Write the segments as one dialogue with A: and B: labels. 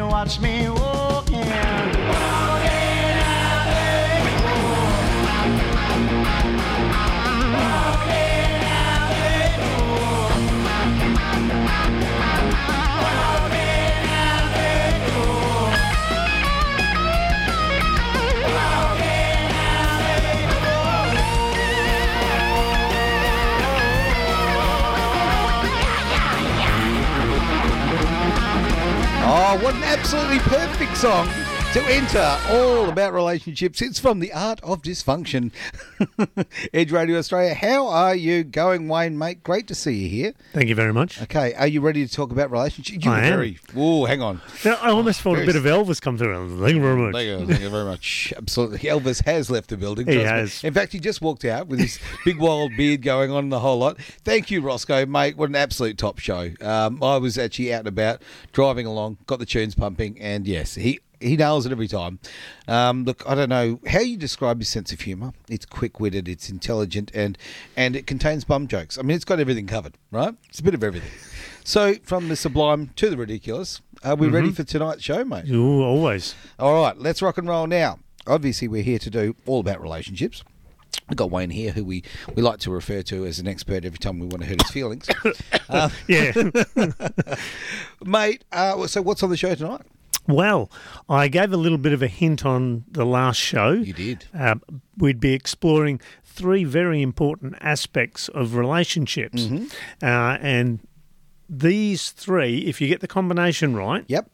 A: watch me walking.
B: Oh, what an absolutely perfect song to enter all about relationships. It's from The Art of Dysfunction. Edge Radio Australia, how are you going, Wayne, mate? Great to see you here.
C: Thank you very much.
B: Okay, are you ready to talk about relationships? You
C: I
B: were
C: am.
B: very. Oh, hang on.
C: Now, I almost felt a
B: Very
C: bit of Elvis come through. Thank you very much.
B: Thank you, thank you very much. Absolutely. Elvis has left the building.
C: He
B: trust me.
C: has.
B: In fact, he just walked out with his big wild beard going on and the whole lot. Thank you, Roscoe, mate. What an absolute top show. Um, I was actually out and about driving along, got the tunes pumping, and yes, he. He nails it every time. Um, look, I don't know how you describe his sense of humour. It's quick-witted, it's intelligent, and and it contains bum jokes. I mean, it's got everything covered, right? It's a bit of everything. So, from the sublime to the ridiculous, are we ready for tonight's show, mate?
C: Ooh, always.
B: All right, let's rock and roll now. Obviously, we're here to do all about relationships. We've got Wayne here, who we, we like to refer to as an expert every time we want to hurt his feelings. uh,
C: Yeah.
B: mate, uh, so what's on the show tonight?
C: well, I gave a little bit of a hint on the last show.
B: You did.
C: Uh, we'd be exploring three very important aspects of relationships.
B: Mm-hmm.
C: Uh, and these three, if you get the combination right,
B: Yep,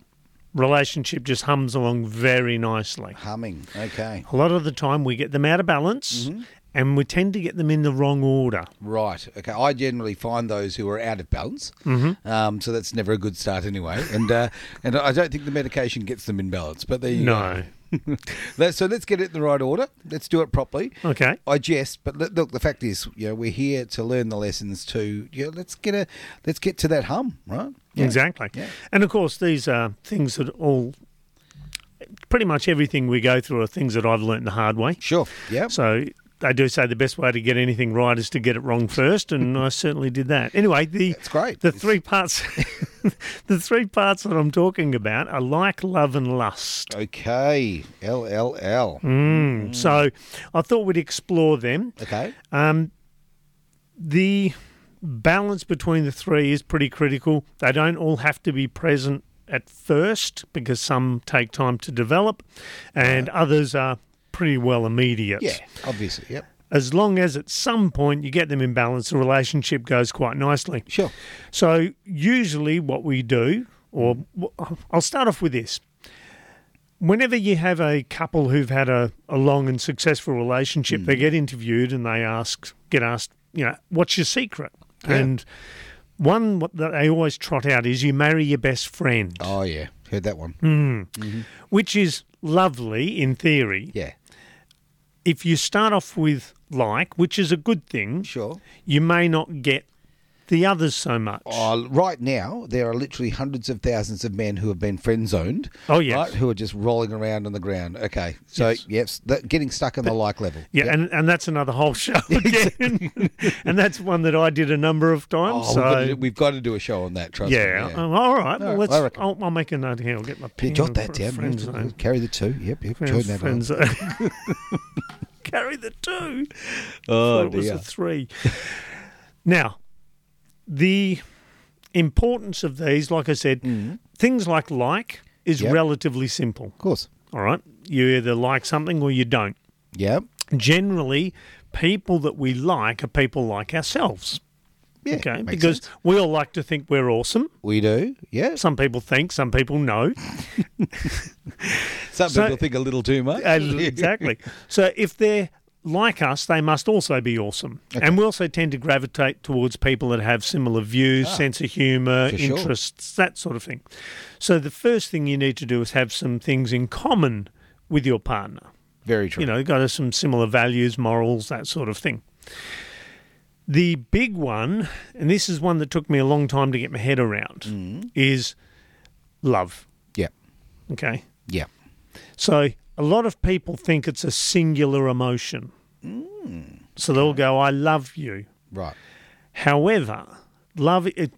C: relationship just hums along very nicely.
B: humming. Okay,
C: A lot of the time, we get them out of balance
B: Mm-hmm.
C: and we tend to get them in the wrong order.
B: right. Okay, I generally find those who are out of balance, um, so that's never a good start anyway. And uh, and I don't think the medication gets them in balance. But there you
C: No.
B: go. Let's- so let's get it in the right order. Let's do it properly.
C: Okay.
B: I jest, but look, look, the fact is, you know, we're here to learn the lessons. To you know, let's get a let's get to that hum, right?
C: Exactly.
B: Yeah.
C: And of course, these are things that all, pretty much everything we go through are things that I've learnt the hard way.
B: Sure. Yeah.
C: So they do say the best way to get anything right is to get it wrong first, and I certainly did that. Anyway, the
B: That's great.
C: The
B: It's-
C: three parts, the three parts that I'm talking about are like love and lust.
B: okay. L L L.
C: Mm. So I thought we'd explore them.
B: Okay.
C: Um, the balance between the three is pretty critical. They don't all have to be present at first because some take time to develop and others are pretty well immediate.
B: Yeah. Obviously. Yep.
C: As long as at some point you get them in balance, the relationship goes quite nicely.
B: Sure.
C: So, usually, what we do, or
B: Mm.
C: I'll start off with this. Whenever you have a couple who've had a, a long and successful
B: Mm.
C: relationship, they get interviewed and they ask, get asked, you know, what's your secret?
B: Yeah.
C: And one what- that they always trot out is you marry your best friend,
B: Oh yeah. Heard that one.
C: Mm. which is lovely in theory.
B: Yeah.
C: If you start off with like, which is a good thing,
B: Sure.
C: you may not get the others so much.
B: Oh, right now, there are literally hundreds of thousands of men who have been friend zoned.
C: Oh, yes.
B: Right, who are just rolling around on the ground. Okay. So, yes, that, getting stuck in the like level.
C: Yeah,
B: Yep.
C: and, and that's another whole show again. and that's one that I did a number of times.
B: Oh, we've, got
C: so
B: to do, we've got to do a show on that, trust
C: yeah.
B: me.
C: Oh, all right. Well,
B: right,
C: let's.
B: I reckon.
C: I'll, I'll make a note here. I'll get my pen.
B: Yeah, jot that
C: for
B: down.
C: Friend zone.
B: Carry the two. Yep, yep. Turn that
C: Friend
B: on.
C: zone. Carry the two.
B: Oh,
C: Thought it was
B: dear.
C: a three. now, the importance of these, like I said, things like like is
B: Mm-hmm. Yep.
C: relatively simple.
B: Of course.
C: All right, you either like something or you don't.
B: Yep.
C: generally people that we like are people like ourselves.
B: Yeah.
C: okay,
B: makes
C: because
B: sense.
C: we all like to think we're awesome.
B: we do. Yeah.
C: Some people think, some people know.
B: Some
C: so-
B: people think a little too much.
C: Uh, exactly. So if they're like us, they must also be awesome. And we also tend to gravitate towards people that have similar views, sense of humour,
B: Ah. For sure.
C: interests, that sort of thing. So the first thing you need to do is have some things in common with your partner.
B: Very true.
C: you know, got us some similar values, morals, that sort of thing. The big one, and this is one that took me a long time to get my head around, is love.
B: Yeah.
C: Okay.
B: Yeah.
C: So a lot of people think it's a singular emotion. So they'll go, I love you.
B: Right.
C: However, love, it,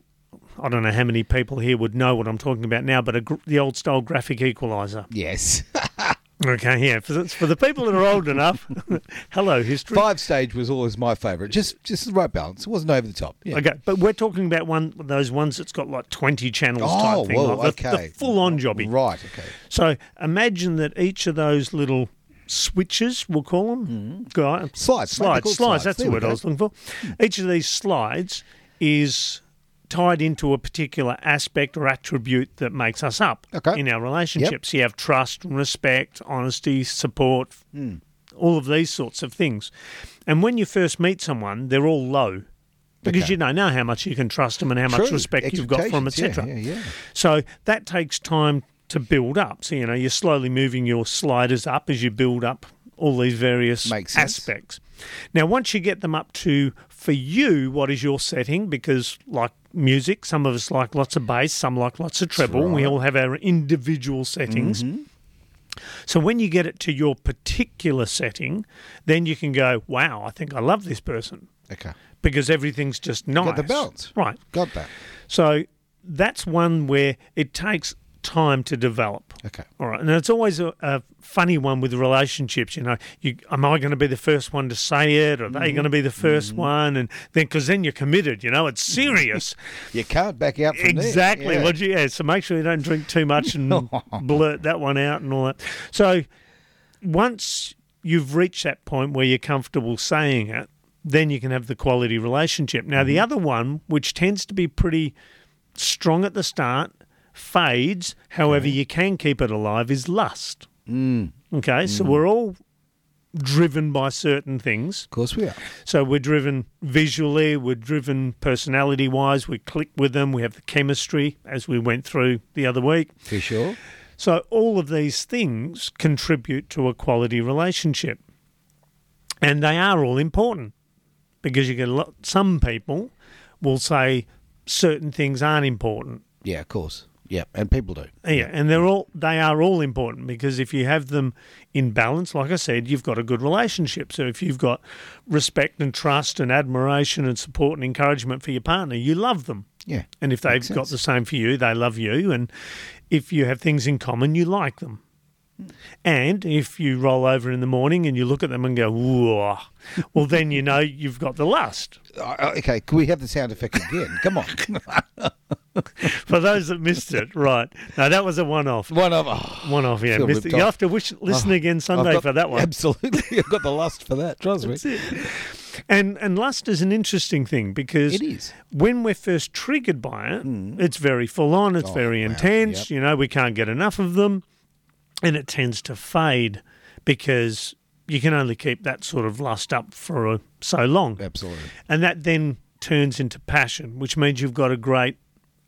C: I don't know how many people here would know what I'm talking about now, but a, gr- the old style graphic equalizer.
B: Yes.
C: Okay, yeah. For the, for the people that are old enough, hello, history.
B: Five stage was always my favourite. Just just the right balance. It wasn't over the top. Yeah.
C: Okay, but we're talking about one those ones that's got like 20 channels
B: Oh,
C: type thing.
B: whoa,
C: like the- the,
B: okay.
C: full on jobby.
B: Right, okay.
C: So imagine that each of those little switches, we'll call them, guy,
B: Mm-hmm. Slides, mate, they're
C: slides,
B: called
C: slides,
B: slides.
C: That's
B: There
C: the
B: we
C: word
B: go. Hmm.
C: I was looking for. Each of these slides is tied into a particular aspect or attribute that makes us up
B: Okay.
C: in our relationships. You have trust, respect, honesty, support,
B: Hmm.
C: all of these sorts of things. And when you first meet someone, they're all low. Because
B: Okay.
C: you don't know how much you can trust them and how much
B: True.
C: respect you've got from,
B: Expectations,
C: etc.
B: yeah, yeah, yeah.
C: So that takes time to build up. So, you know, you're slowly moving your sliders up as you build up all these various
B: Makes sense.
C: aspects. Now, once you get them up to, for you, what is your setting? Because, like music, some of us like lots of bass, some like lots of treble. We all have our individual settings.
B: Mm-hmm.
C: So when you get it to your particular setting, then you can go, wow, I think I love this person
B: Okay.
C: because everything's just nice.
B: the balance.
C: Right.
B: Got that.
C: So that's one where it takes time to develop.
B: Okay.
C: All right, and it's always a, a funny one with relationships. You know, you, am I going to be the first one to say it, or are they going to be the 1st one? And then, because then you're committed. You know, it's serious.
B: You can't back out from there.
C: exactly.
B: Yeah.
C: What you, yeah. So make sure you don't drink too much and blurt that one out and all that. So once you've reached that point where you're comfortable saying it, then you can have the quality relationship. Now,
B: Mm-hmm.
C: the other one, which tends to be pretty strong at the start, fades. However, you can keep it alive, is lust.
B: Mm.
C: Okay, so we're all driven by certain things.
B: Of course we are.
C: So we're driven visually, we're driven personality wise, we click with them, we have the chemistry as we went through the other week.
B: For sure.
C: So all of these things contribute to a quality relationship. And they are all important because you get a lot, some people will say certain things aren't important.
B: Yeah, of course. Yeah, and people do.
C: Yeah, and they're all they are all important because if you have them in balance, like I said, you've got a good relationship. So if you've got respect and trust and admiration and support and encouragement for your partner, you love them.
B: Yeah.
C: And if they've
B: Makes
C: got
B: sense.
C: the same for you, they love you. And if you have things in common, you like them. And if you roll over in the morning and you look at them and go, Whoa, well, then you know you've got the lust.
B: Uh, uh, Okay, can we have the sound effect again? Come on.
C: For those that missed it, right. No, that was a one off.
B: One of oh,
C: One off, yeah.
B: Feel
C: Missed it.
B: ripped
C: You
B: off.
C: have to wish, listen
B: Oh,
C: again
B: I've
C: Sunday
B: got-
C: for that one.
B: Absolutely. I've got the lust for that, trust me.
C: And and lust is an interesting thing because
B: It is. Hmm.
C: when we're first triggered by it, it's very full on, it's
B: Oh,
C: very
B: wow,
C: intense.
B: yep.
C: You know, we can't get enough of them, and it tends to fade because you can only keep that sort of lust up for uh, so long,
B: Absolutely.
C: and that then turns into passion, which means you've got a great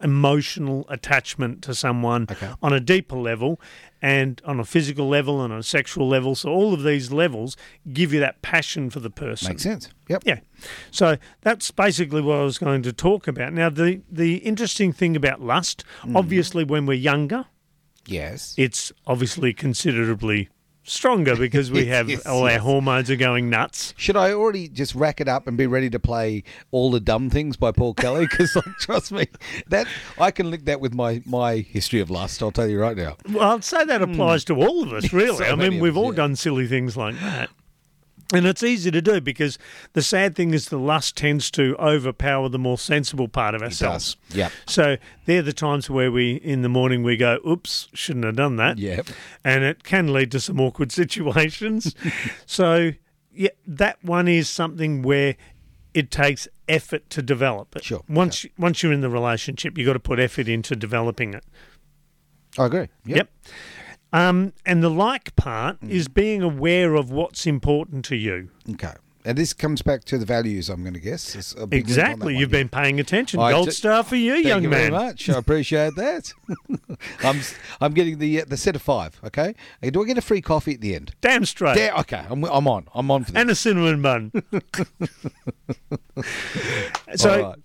C: emotional attachment to someone
B: Okay.
C: on a deeper level and on a physical level and on a sexual level so all of these levels give you that passion for the person
B: Makes sense. Yep.
C: yeah. So that's basically what I was going to talk about. Now, the, the interesting thing about lust,
B: Hmm.
C: obviously, when we're younger,
B: Yes.
C: it's obviously considerably stronger because we have
B: Yes,
C: all our
B: yes.
C: hormones are going nuts.
B: Should I already just rack it up and be ready to play all the dumb things by Paul Kelly? Because like, trust me, that I can link that with my my history of lust. I'll tell you right now.
C: Well, I'd say that applies to all of us, really.
B: Hmm. So
C: I
B: many
C: mean,
B: of
C: we've
B: us,
C: all
B: yeah.
C: done silly things like that. And it's easy to do because the sad thing is the lust tends to overpower the more sensible part of ourselves.
B: Yep.
C: So they're the times where we, in the morning, we go, oops, shouldn't have done that.
B: Yep.
C: and it can lead to some awkward situations. so, yeah, that one is something where it takes effort to develop it.
B: Sure,
C: Once you- once you're in the relationship, you've got to put effort into developing it.
B: I agree.
C: Yep. Um, and the like part
B: Hmm.
C: is being aware of what's important to you.
B: Okay. And this comes back to the values. I'm going to guess. It's a big link on that
C: Exactly.
B: one,
C: You've
B: yeah.
C: been paying attention.
B: I
C: Gold
B: d-
C: star for you,
B: Thank
C: young
B: you
C: man.
B: very much. I appreciate that. I'm s- I'm getting the uh, the set of five. Okay. Hey, Do I get a free coffee at the end?
C: Damn straight.
B: Yeah. Okay. I'm I'm on. I'm on for this.
C: And a cinnamon bun. so.
B: All right.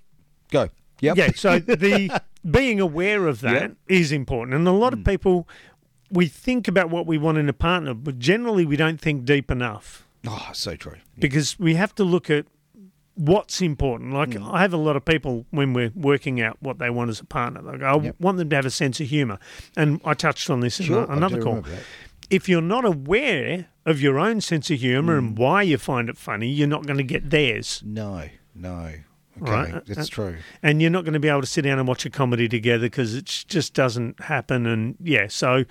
B: go. Yep.
C: Yeah, so the being aware of that is
B: Yeah.
C: important. And a lot
B: Hmm.
C: of people we think about what we want in a partner, but generally we don't think deep enough
B: Oh, so true.
C: because we have to look at what's important. Like
B: Mm.
C: I have a lot of people when we're working out what they want as a partner. They go, I want them to have a sense of humour, and I touched on this
B: Sure, I
C: in
B: do
C: a- another call.
B: remember that.
C: If you're not aware of your own sense of humour
B: Mm.
C: and why you find it funny, you're not going to get theirs,
B: No, no. Okay,
C: Right, uh,
B: that's
C: uh,
B: true.
C: and you're not going to be able to sit down and watch a comedy together because it just doesn't happen. And yeah, so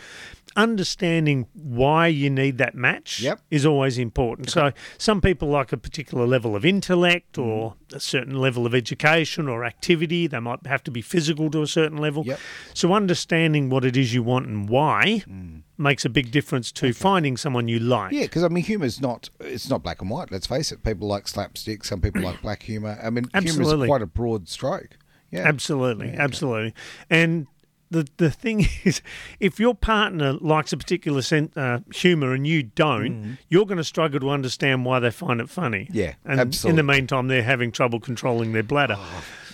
C: understanding why you need that match
B: Yep.
C: is always important. So some people like a particular level of
B: Mm.
C: intellect or a certain level of education or activity. They might have to be physical to a certain level.
B: Yep.
C: So understanding what it is you want and why
B: Mm.
C: makes a big difference to finding someone you like.
B: Yeah, because I mean, humor's not—it's not black and white. Let's face it. People like slapstick. Some people like black humor. I mean, humor
C: Absolutely.
B: is quite a broad stroke. Yeah,
C: Absolutely, absolutely. And the the thing is, if your partner likes a particular sen- uh, humor and you don't, you're going to struggle to understand why they find it funny.
B: Mm. Yeah,
C: and
B: absolutely. Oh,
C: in the meantime, they're having trouble controlling their bladder.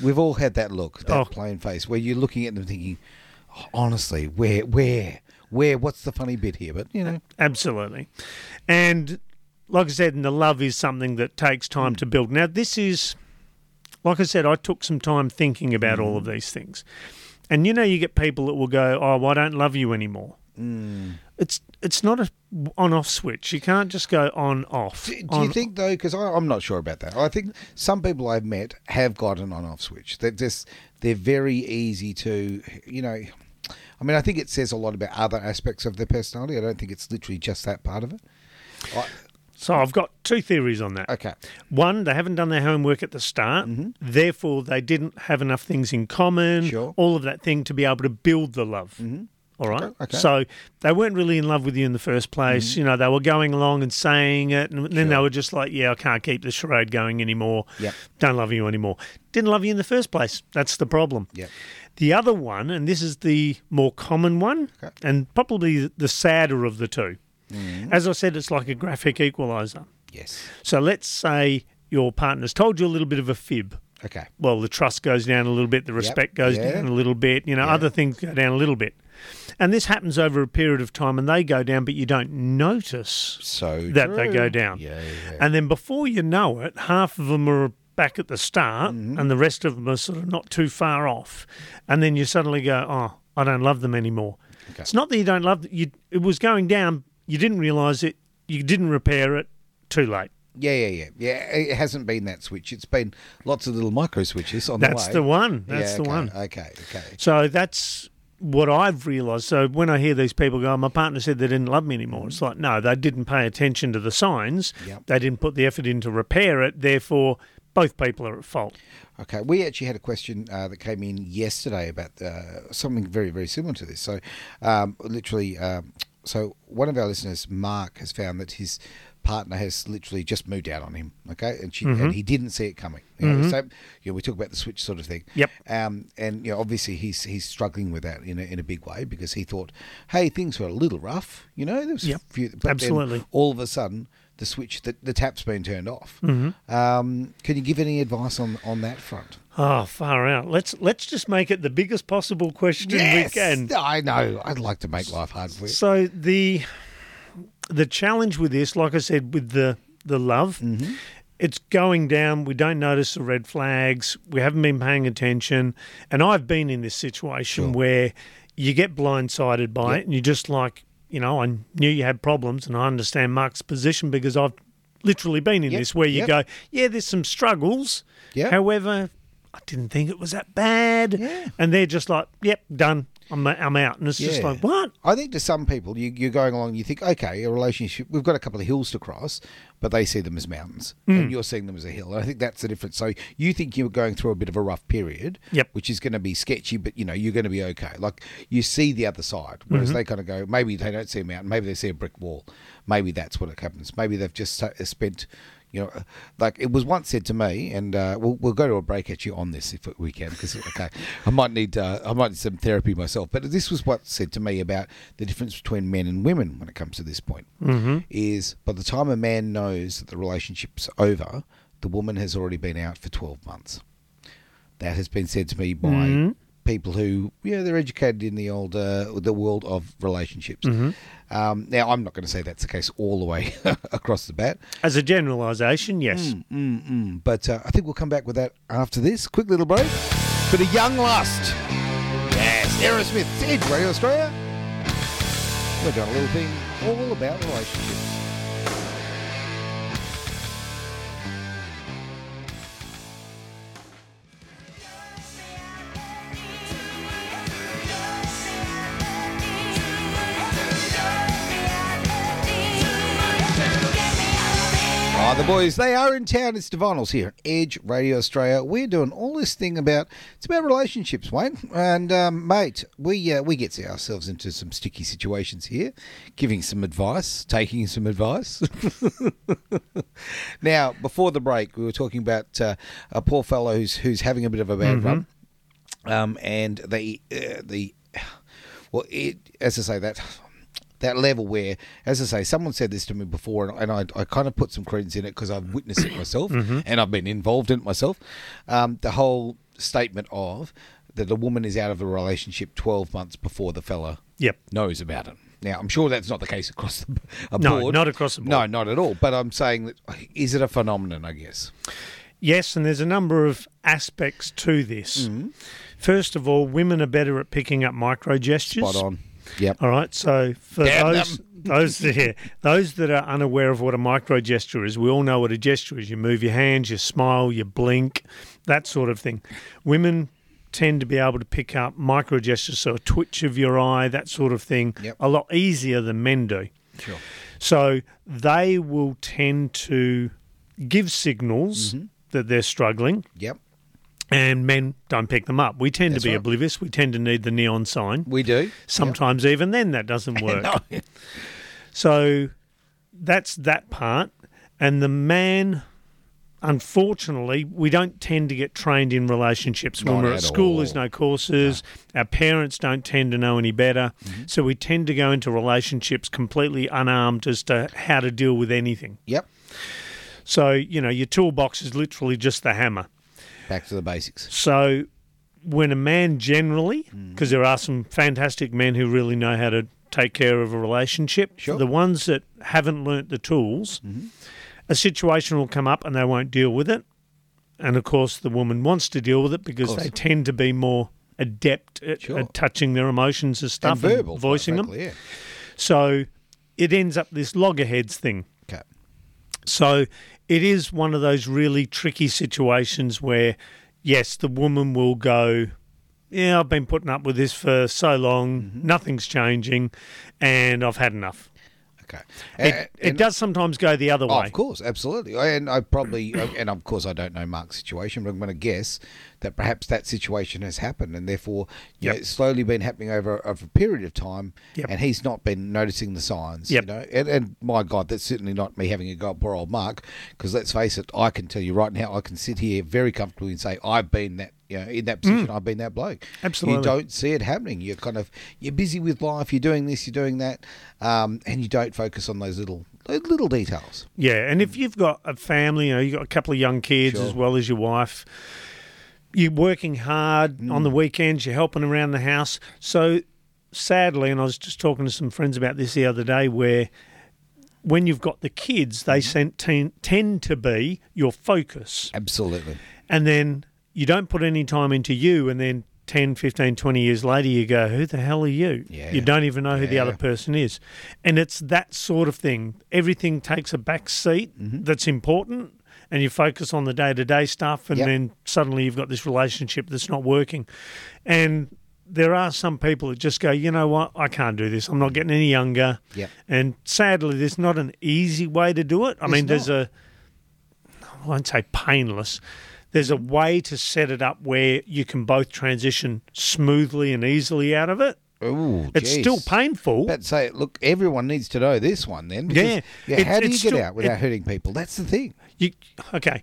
B: We've all had that look, that
C: Oh.
B: plain face, where you're looking at them thinking, "Oh, honestly, where, where, where? What's the funny bit here? But you know,
C: Absolutely, and like I said, and the love is something that takes
B: Mm.
C: time to build. Now, this is, like I said, I took some time thinking about all
B: Mm.
C: of these things, and you know, you get people that will go, "Oh, well, I don't love you anymore."
B: Mm.
C: It's it's not a on off switch. You can't just go on off.
B: do, do
C: on-
B: you think though? Because I'm not sure about that. I think some people I've met have got an on-off switch. They're just they're very easy to, you know. I mean, I think it says a lot about other aspects of their personality. I don't think it's literally just that part of it. I,
C: So I've got two theories on that.
B: okay.
C: One, they haven't done their homework at the start,
B: Mm-hmm.
C: therefore they didn't have enough things in common,
B: Sure. Mm-hmm.
C: all of that thing to be able to build the love. All right.
B: Oh, Okay, Mm-hmm. okay.
C: So they weren't really in love with you in the first place. You know, they were going along and saying it, and then they were just like, "Yeah, I can't keep the charade going anymore.
B: Yep.
C: Don't love you anymore. Didn't love you in the first place. That's the problem."
B: Yep.
C: The other one, and this is the more common one,
B: Okay. Mm-hmm.
C: and probably the sadder of the 2 As I said, it's like a graphic equalizer.
B: Yes.
C: So let's say your partner's told you a little bit of a fib.
B: Okay.
C: Well, the trust goes down a little bit, the respect goes
B: yeah.
C: down a little bit, you know, other things go down a little bit. And this happens over a period of time and they go down, but you don't notice
B: So
C: that they
B: true.
C: go down.
B: Yeah. yeah.
C: And then before you know it, half of them are back at the start
B: Mm-hmm.
C: and the rest of them are sort of not too far off. And then you suddenly go, oh, I don't love them anymore.
B: Okay.
C: It's not that you don't love them. You, it was going down. You didn't realise it. You didn't repair it. Too late.
B: Yeah, yeah, yeah, yeah. It hasn't been that switch. It's been lots of little micro switches on
C: That's
B: the way.
C: the one.
B: Yeah,
C: That's the
B: okay,
C: one.
B: Okay, okay.
C: So that's what I've realised. So when I hear these people go, my partner said they didn't love me anymore, it's like, no, they didn't pay attention to the signs.
B: Yep.
C: They didn't put the effort in to repair it. Therefore, both people are at fault.
B: Okay, we actually had a question uh, that came in yesterday about uh, something very, very similar to this. So, um, literally, um, so one of our listeners, Mark, has found that his partner has literally just moved out on him. Okay, and she
C: Mm-hmm.
B: and he didn't see it coming. You know, So, you know, we talk about the switch sort of thing.
C: Yep.
B: Um, and you know, obviously, he's he's struggling with that in a, in a big way because he thought, hey, things were a little rough. You know, there was
C: Yep,
B: a few, but then
C: absolutely.
B: all of a sudden. The switch, the, the tap's been turned off.
C: Mm-hmm.
B: Um, can you give any advice on on that front?
C: Oh, far out. Let's let's just make it the biggest possible question we can.
B: I know. I'd like to make life hard for you.
C: So the the challenge with this, like I said, with the the love,
B: Mm-hmm.
C: it's going down. We don't notice the red flags. We haven't been paying attention, and I've been in this situation where you get blindsided by it, and you're just like, you know, I knew you had problems, and I understand Mark's position because I've literally been in
B: Yep,
C: this where you
B: yep.
C: go, yeah, there's some struggles.
B: Yeah.
C: However, I didn't think it was that bad.
B: Yeah.
C: And they're just like, yep, done. I'm, I'm out. And it's just
B: Yeah.
C: like, what?
B: I think to some people, you, you're going along, you think, okay, a relationship, we've got a couple of hills to cross, but they see them as mountains, and
C: Mm.
B: you're seeing them as a hill. And I think that's the difference. So you think you're going through a bit of a rough period,
C: Yep.
B: which is going to be sketchy, but you know, you're going to be okay. Like you see the other side, whereas they kind of go, maybe they don't see a mountain, maybe they see a brick wall. Maybe that's what it happens. Maybe they've just sta- spent. You know, like it was once said to me, and uh, we'll, we'll go to a break actually on this if we can, because okay, I might need uh, I might need some therapy myself. But this was what said to me about the difference between men and women when it comes to this point. Mm-hmm. Is by the time a man knows that the relationship's over, the woman has already been out for twelve months. That has been said to me by people who you know they're educated in the old uh, the world of relationships. Um, now I'm not going to say that's the case all the way across the bat,
C: As a generalisation, yes.
B: Hmm. but uh, I think we'll come back with that after this quick little break. Bit of young lust. Yes, Aerosmith, Ted Radio Australia. We're doing a little thing all about relationships. Ah, the boys, they are in town. It's Divinals here at Edge Radio Australia. We're doing all this thing about it's about relationships, Wayne. And um, mate, we uh, we get ourselves into some sticky situations here, giving some advice, taking some advice. now, before the break, we were talking about uh, a poor fellow who's who's having a bit of a bad run, um, and the uh, the well, it as I say that that level where, as I say, someone said this to me before, and, and I, I kind of put some credence in it because I've witnessed it myself and I've been involved in it myself. Um, the whole statement of that a woman is out of a relationship twelve months before the fella
C: Yep.
B: knows about it. Now, I'm sure that's not the case across the a
C: No,
B: board.
C: not across the board.
B: No, not at all. But I'm saying that is it a phenomenon? I guess.
C: Yes, and there's a number of aspects to this.
B: Hmm.
C: First of all, women are better at picking up micro gestures.
B: Spot on. Yep.
C: All right, so for
B: Damn
C: those those yeah, those that are unaware of what a micro gesture is, we all know what a gesture is. You move your hands, you smile, you blink, that sort of thing. Women tend to be able to pick up micro gestures, so a twitch of your eye, that sort of thing,
B: Yep.
C: a lot easier than men do.
B: Sure.
C: So they will tend to give signals
B: Mm-hmm.
C: that they're struggling,
B: Yep.
C: and men don't pick them up. We tend
B: That's
C: to be
B: right.
C: oblivious. We tend to need the neon sign.
B: We do.
C: Sometimes even then that doesn't work.
B: No.
C: So that's that part. And the man, unfortunately, we don't tend to get trained in relationships.
B: Not
C: when we're
B: at
C: at school, there's
B: all.
C: no courses. Our parents don't tend to know any better.
B: Mm-hmm.
C: So we tend to go into relationships completely unarmed as to how to deal with anything.
B: Yep.
C: So, you know, your toolbox is literally just the hammer.
B: Back to the basics.
C: So when a man generally,
B: Mm.
C: because there are some fantastic men who really know how to take care of a relationship,
B: Sure. Mm-hmm.
C: the ones that haven't learnt the tools, a situation will come up and they won't deal with it. And of course, the woman wants to deal with it because
B: course.
C: they tend to be more adept at,
B: Sure.
C: at touching their emotions and
B: And
C: stuff, and
B: verbal, quite
C: voicing them.
B: frankly,
C: So it ends up this loggerheads thing.
B: Yeah. Okay.
C: So it is one of those really tricky situations where, yes, the woman will go, Yeah, I've been putting up with this for so long,
B: Mm-hmm.
C: nothing's changing, and I've had enough.
B: Okay. Uh, And-
C: It, it
B: and-
C: does sometimes go the other
B: Oh,
C: way.
B: of course, absolutely. And I probably, and of course, I don't know Mark's situation, but I'm going to guess that perhaps that situation has happened, and therefore, you know,
C: Yep.
B: it's slowly been happening over, over a period of time,
C: Yep.
B: and he's not been noticing the signs.
C: Yep.
B: You know, and, and my God, that's certainly not me having a go at poor old Mark, because let's face it, I can tell you right now, I can sit here very comfortably and say I've been that. You know, in that position, I've been that bloke. You
C: Mm. Absolutely.
B: don't see it happening. You're kind of you're busy with life. You're doing this. You're doing that, um, and you don't focus on those little those little details.
C: Yeah, and if you've got a family, you know, you've got a couple of young kids
B: Sure.
C: as well as your wife, you're working hard on the weekends, you're helping around the house. So sadly, and I was just talking to some friends about this the other day, where when you've got the kids, they sen- ten- tend to be your focus.
B: Absolutely.
C: And then you don't put any time into you, and then 10, 15, 20 years later, you go, Who the hell are you?
B: Yeah.
C: You don't even know who the
B: Yeah.
C: other person is. And it's that sort of thing. Everything takes a back seat
B: Mm-hmm.
C: that's important, and you focus on the day to day stuff, and
B: Yep.
C: then suddenly you've got this relationship that's not working. And there are some people that just go, you know what, I can't do this. I'm not getting any younger.
B: Yep.
C: And sadly, there's not an easy way to do it. I mean, there's
B: not.
C: a, I won't say painless. There's a way to set it up where you can both transition smoothly and easily out of it.
B: Ooh,
C: It's still
B: painful.
C: painful.
B: But say, look, everyone needs to know this one then.
C: Yeah.
B: yeah.
C: It-
B: how do you get
C: it's still-
B: out without hurting people? That's the thing.
C: You, okay,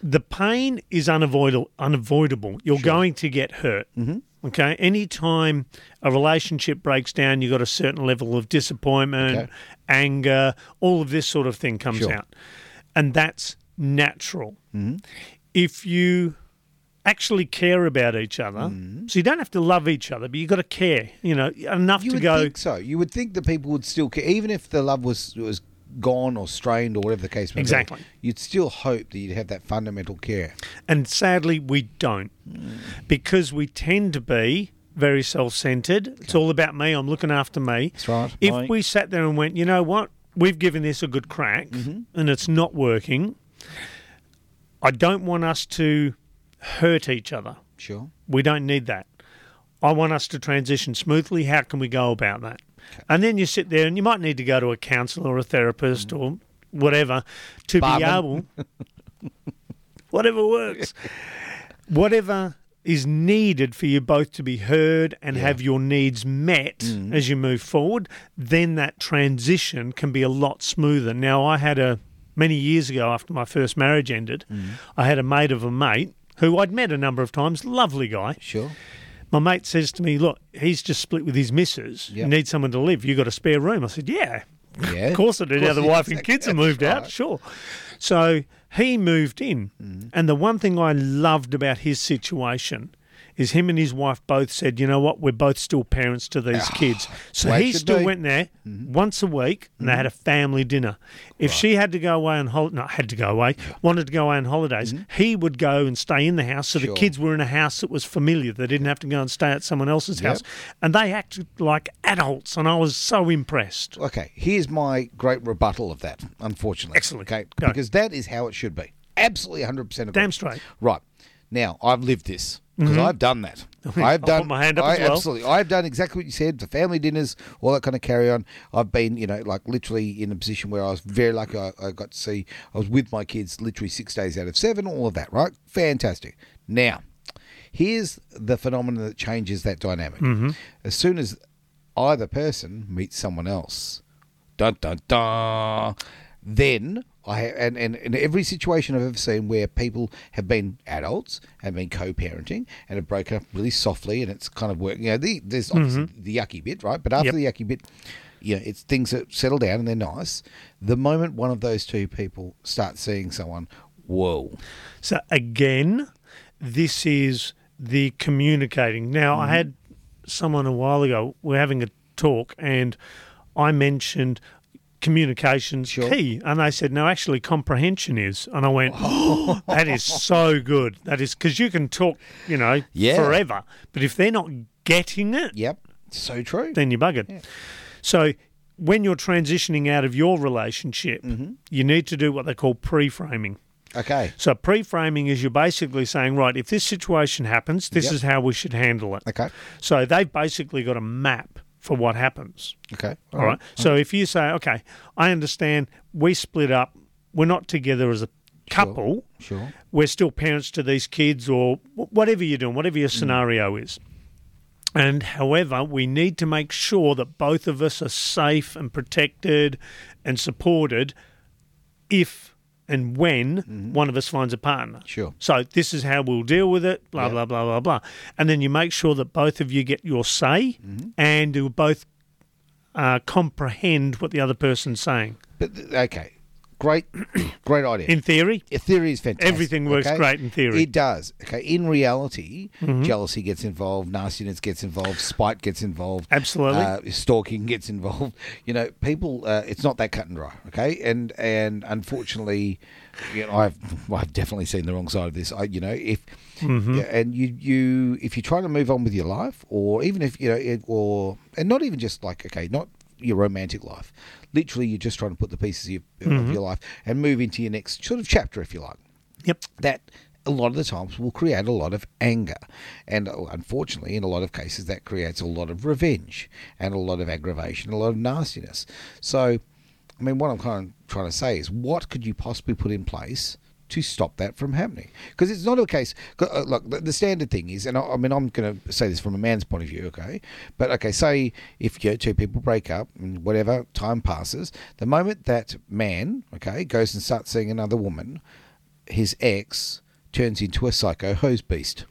C: the pain is unavoidable. Unavoidable. You're going to get hurt. Mm-hmm. Okay. Anytime a relationship breaks down, you've got a certain level of disappointment,
B: Okay.
C: anger, all of this sort of thing comes
B: Sure. Mm-hmm.
C: out, and that's natural. If you actually care about each other.
B: Mm-hmm.
C: So you don't have to love each other, but you got to care, you know, enough
B: You
C: to
B: would
C: go.
B: think so. You would think that people would still care, even if the love was was gone or strained or whatever the case may
C: Exactly.
B: be. You'd still hope that you'd have that fundamental care.
C: And sadly, we don't because we tend to be very self centered. It's all about me. I'm looking after me. That's
B: right,
C: If
B: mate.
C: we sat there and went, you know what? We've given this a good crack
B: Mm-hmm.
C: and it's not working. I don't want us to hurt each other.
B: Sure.
C: We don't need that. I want us to transition smoothly. How can we go about that? And then you sit there and you might need to go to a counselor or a therapist or whatever to
B: Mm-hmm. Barman.
C: be able, whatever works, whatever is needed for you both to be heard and have your needs met as you move forward, then that transition can be a lot smoother. Now, I had a many years ago after my first marriage ended, I had a mate of a mate who I'd met a number of times, lovely guy.
B: Sure.
C: My mate says to me, "Look, he's just split with his missus.
B: Yep.
C: You need someone to live. You got a spare room?" I said, "Yeah,
B: Yeah.
C: of course I do. Now the
B: you-
C: wife and kids have moved
B: That's
C: out, sure." So he moved in,
B: Mm-hmm.
C: and the one thing I loved about his situation is him and his wife both said, "You know what? We're both still parents to these kids." So
B: Ah, way it
C: he
B: should
C: still
B: be. Mm-hmm.
C: went there once a week, and they had a family dinner. If she had to go away on holiday, not had to go away, wanted to go away on holidays, he would go and stay in the house. So
B: Mm-hmm. Sure.
C: the kids were in a house that was familiar. They didn't have to go and stay at someone else's
B: Yep.
C: house, and they acted like adults. And I was so impressed.
B: Okay, here's my great rebuttal of that, unfortunately.
C: Excellent.
B: Okay,
C: Go.
B: because that is how it should be. Absolutely 100% agree.
C: Damn straight.
B: Right. Now, I've lived this because I've done that. I've
C: Mm-hmm. put
B: done
C: my hand up
B: I,
C: as well.
B: Absolutely. I've done exactly what you said, the family dinners, all that kind of carry on. I've been, you know, like literally in a position where I was very lucky. I, I got to see, I was with my kids literally six days out of seven, all of that, right? Fantastic. Now, here's the phenomenon that changes that dynamic.
C: Mm-hmm.
B: As soon as either person meets someone else, dun dun dun. Then I and and in every situation I've ever seen where people have been adults have been co-parenting and have broken up really softly and it's kind of working. You know, the, there's obviously the yucky bit, right? But after
C: Mm-hmm. Yep.
B: the yucky bit, you know, it's things that settle down and they're nice. The moment one of those two people start seeing someone, whoa,
C: So again, this is the communicating. Now
B: Mm-hmm.
C: I had someone a while ago. We're having a talk, and I mentioned communications
B: Sure.
C: key, and they said, "No, actually, comprehension is." And I went, oh, "That is so good. That is because you can talk, you know,
B: Yeah.
C: forever, but if they're not getting it,
B: yep, so true.
C: then you're buggered. So when you're transitioning out of your relationship,
B: Mm-hmm.
C: you need to do what they call pre-framing.
B: Okay,
C: So pre-framing is you're basically saying, right, if this situation happens, this
B: Yep.
C: is how we should handle it.
B: okay,
C: So they've basically got a map for what happens.
B: okay,
C: All right. So if you say, okay, I understand we split up, we're not together as a couple,
B: sure,
C: we're still parents to these kids or wh- whatever you're doing, whatever your
B: Mm.
C: scenario is. And however, we need to make sure that both of us are safe and protected and supported if and when one of us finds a partner.
B: Mm-hmm. Sure.
C: So this is how we'll deal with it, blah,
B: Yeah.
C: blah, blah, blah, blah. And then you make sure that both of you get your say
B: Mm-hmm.
C: and you both uh, comprehend what the other person's saying.
B: but th- okay, great, great idea.
C: In theory,
B: Your theory is fantastic.
C: Everything works
B: okay?
C: great in theory.
B: It does. Okay. In reality, jealousy gets involved, nastiness gets involved, spite gets involved,
C: Absolutely.
B: uh, stalking gets involved. You know, people. Uh, it's not that cut and dry. Okay. And and unfortunately, you know, I've well, I've definitely seen the wrong side of this. I, you know, if yeah, and you you if you try to move on with your life, or even if you know, it, or and not even just like okay, not your romantic life. Literally, you're just trying to put the pieces of your, of your life and move into your next sort of chapter, if you like
C: yep.
B: that a lot of the times will create a lot of anger. And uh, unfortunately, in a lot of cases, that creates a lot of revenge and a lot of aggravation, a lot of nastiness. So, I mean, what I'm kind of trying to say is what could you possibly put in place? To stop that from happening, because it's not a case. 'cause, uh, Look, the the standard thing is, and I, I mean, I'm going to say this from a man's point of view, okay? But okay, say if you know, two people break up and whatever time passes, the moment that man, okay, goes and starts seeing another woman, his ex turns into a psycho hose beast.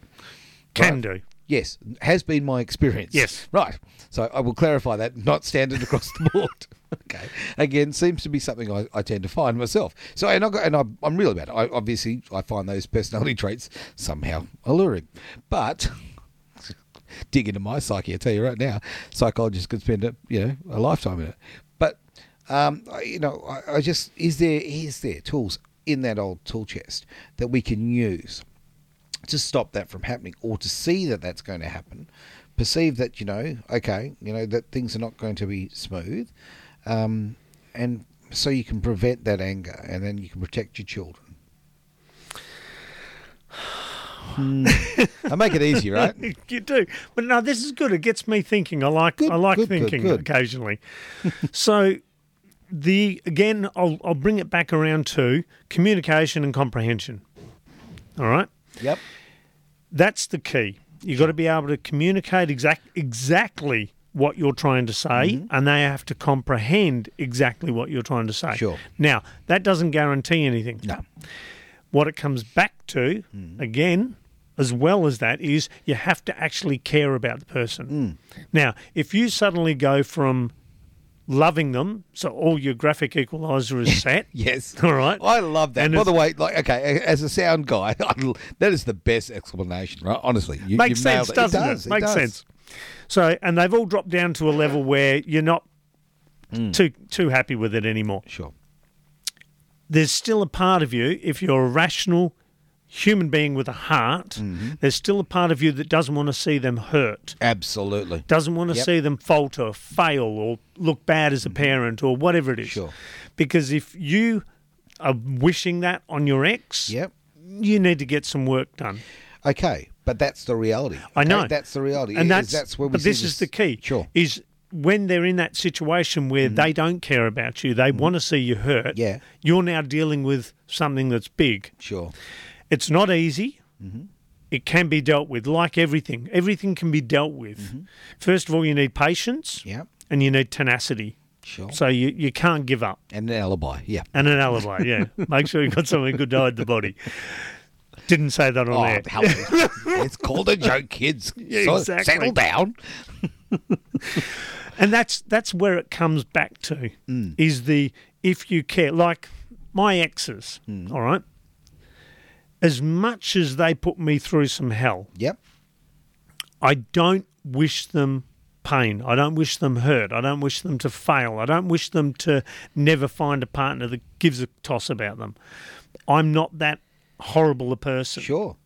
C: Can
B: Right.
C: do.
B: Yes, has been my experience.
C: Yes.
B: Right. So I will clarify that, not standard across the board. okay. Again, seems to be something I, I tend to find myself. So, and, I, and I, I'm real about it. I, obviously, I find those personality traits somehow alluring. But dig into my psyche, I tell you right now, psychologists could spend a, you know a lifetime in it. But um, I- you know, I, I just is there is there tools in that old tool chest that we can use to stop that from happening or to see that that's going to happen perceive that you know okay you know that things are not going to be smooth um, and so you can prevent that anger and then you can protect your children Hmm. i make it easy right
C: you do. But no, this is good. It gets me thinking. I like
B: Good,
C: I like
B: good, good,
C: thinking
B: good.
C: occasionally. so the again I'll I'll bring it back around to communication and comprehension. All right?
B: yep
C: That's the key. You've got to be able to communicate exact exactly what you're trying to say,
B: Mm-hmm.
C: and they have to comprehend exactly what you're trying to say.
B: Sure.
C: Now, that doesn't guarantee anything.
B: no
C: What it comes back to,
B: Mm.
C: again, as well as that, is you have to actually care about the person.
B: Mm.
C: Now, if you suddenly go from loving them, so all your graphic equalizer is set.
B: Yes.
C: All right.
B: I love that.
C: And
B: By
C: it's-
B: the way, like, okay, a- as a sound guy, I- that is the best explanation, right? Honestly, you,
C: Makes
B: you nailed
C: sense,
B: it.
C: doesn't it?
B: does,
C: Makes
B: does.
C: sense. So, and they've all dropped down to a level where you're not
B: Mm.
C: too too happy with it anymore.
B: Sure.
C: There's still a part of you, if you're a rational human being with a heart,
B: Mm-hmm.
C: there's still a part of you that doesn't want to see them hurt.
B: Absolutely.
C: doesn't want to
B: Yep. Mm-hmm.
C: see them falter, fail, or look bad as a parent, or whatever it is.
B: Sure.
C: Because if you are wishing that on your ex,
B: Yep.
C: you need to get some work done.
B: Okay, but that's the reality.
C: I
B: okay?
C: know
B: that's the reality,
C: and
B: It-
C: that's,
B: is- where we.
C: But
B: see
C: this is the key.
B: Sure. Mm-hmm.
C: is when they're in that situation where they don't care about you, they want to see you hurt.
B: Yeah.
C: you're now dealing with something that's big.
B: Sure.
C: It's not easy.
B: Mm-hmm.
C: It can be dealt with, like everything. Everything can be dealt with. First of all, you need patience.
B: Mm-hmm. Yep.
C: And you need tenacity.
B: Sure.
C: So you, you can't give up.
B: And an alibi. Yeah.
C: And an alibi, yeah. Make sure you've got something good to hide the body. Didn't say that on
B: Oh,
C: air.
B: help. it's called a joke, kids.
C: Yeah,
B: So-
C: exactly.
B: Settle down.
C: And that's that's where it comes back to is the if you care. Like my exes, all right. As much as they put me through some hell,
B: Yep.
C: I don't wish them pain. I don't wish them hurt. I don't wish them to fail. I don't wish them to never find a partner that gives a toss about them. I'm not that horrible a person.
B: Sure.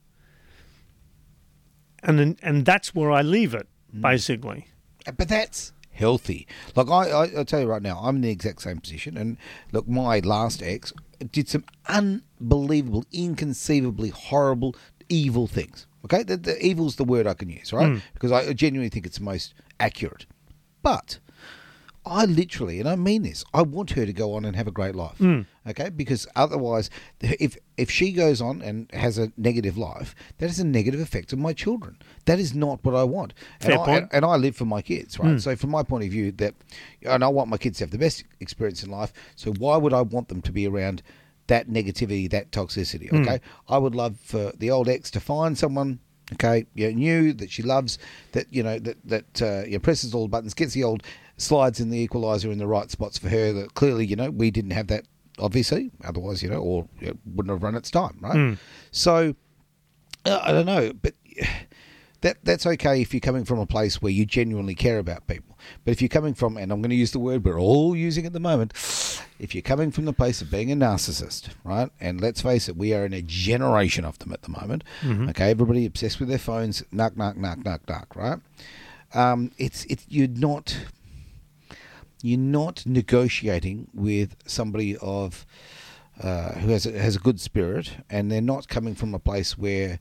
C: And then, and that's where I leave it
B: Mm.
C: basically.
B: but that's healthy. Like I, I, I tell you right now, I'm in the exact same position. And look, my last ex did some unbelievable, inconceivably horrible, evil things. Okay, the, the evil's the word I can use,
C: Hmm.
B: right? Because I genuinely think it's the most accurate. But I literally, and I mean this, I want her to go on and have a great life.
C: Hmm.
B: Okay, because otherwise, if if she goes on and has a negative life, that is a negative effect on my children. That is not what I want.
C: Fair
B: and, I,
C: point.
B: and, I live for my kids, right? So from my point of view, that and I want my kids to have the best experience in life. So why would I want them to be around that negativity, that toxicity? Okay, I would love for the old ex to find someone. Okay, you know, new that she loves, that you know that that uh, you know, presses all the buttons, gets the old slides in the equalizer in the right spots for her. That clearly, you know, we didn't have that obviously, otherwise, you know, or it wouldn't have run its time, right? So uh, I don't know, but that that's okay if you're coming from a place where you genuinely care about people. But if you're coming from, and I'm going to use the word we're all using at the moment, if you're coming from the place of being a narcissist, right? And let's face it, we are in a generation of them at the moment. Okay, everybody obsessed with their phones, knock, knock, knock, knock, knock, right? Um, it's it's you're not you're not negotiating with somebody of uh, who has a, has a good spirit, and they're not coming from a place where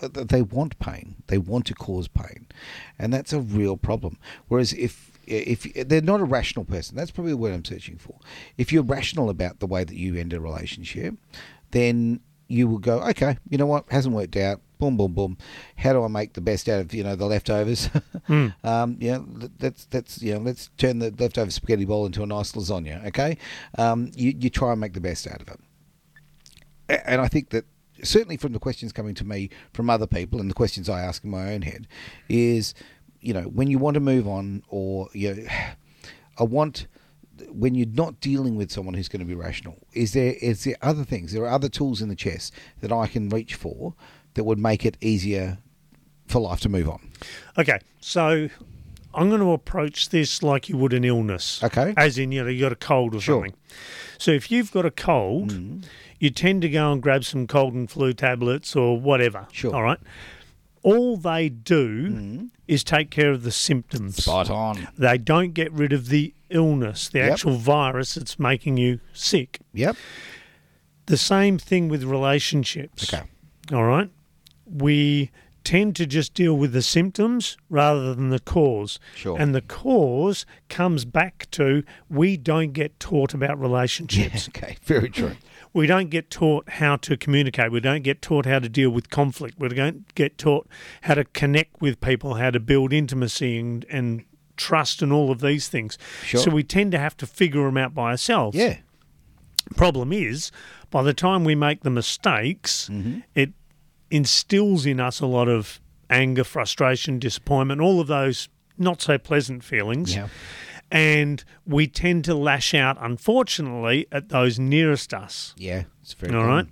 B: uh, th- they want pain. They want to cause pain, and that's a real problem. Whereas if if they're not a rational person, that's probably the word I'm searching for. If you're rational about the way that you end a relationship, then you will go, okay, you know what, hasn't worked out. Boom, boom, boom. How do I make the best out of you know the leftovers? um, you know, th- that's that's you know, let's turn the leftover spaghetti bowl into a nice lasagna. Okay, um, you you try and make the best out of it. A- and I think that certainly from the questions coming to me from other people and the questions I ask in my own head is, you know, when you want to move on or you know, I want when you're not dealing with someone who's going to be rational, is there is there other things? There are other tools in the chest that I can reach for that would make it easier for life to move on.
C: Okay, so I'm going to approach this like you would an illness.
B: Okay.
C: As in, you know, you got a cold or
B: Sure. Mm.
C: something. So if you've got a cold, you tend to go and grab some cold and flu tablets or whatever.
B: Sure. Mm.
C: All right. All they do is take care of the symptoms.
B: on.
C: They don't get rid of the illness, the
B: Yep.
C: actual virus that's making you sick.
B: Yep.
C: The same thing with relationships.
B: Okay.
C: All right. We tend to just deal with the symptoms rather than the cause.
B: Sure.
C: And the cause comes back to we don't get taught about relationships.
B: Okay. Very true.
C: We don't get taught how to communicate. We don't get taught how to deal with conflict. We don't get taught how to connect with people, how to build intimacy and, and trust and all of these things.
B: Sure.
C: So we tend to have to figure them out by ourselves.
B: Yeah.
C: Problem is, by the time we make the mistakes, it instills in us a lot of anger, frustration, disappointment, all of those not so pleasant feelings.
B: Yeah.
C: And we tend to lash out, unfortunately, at those nearest us.
B: Yeah. It's very
C: All right.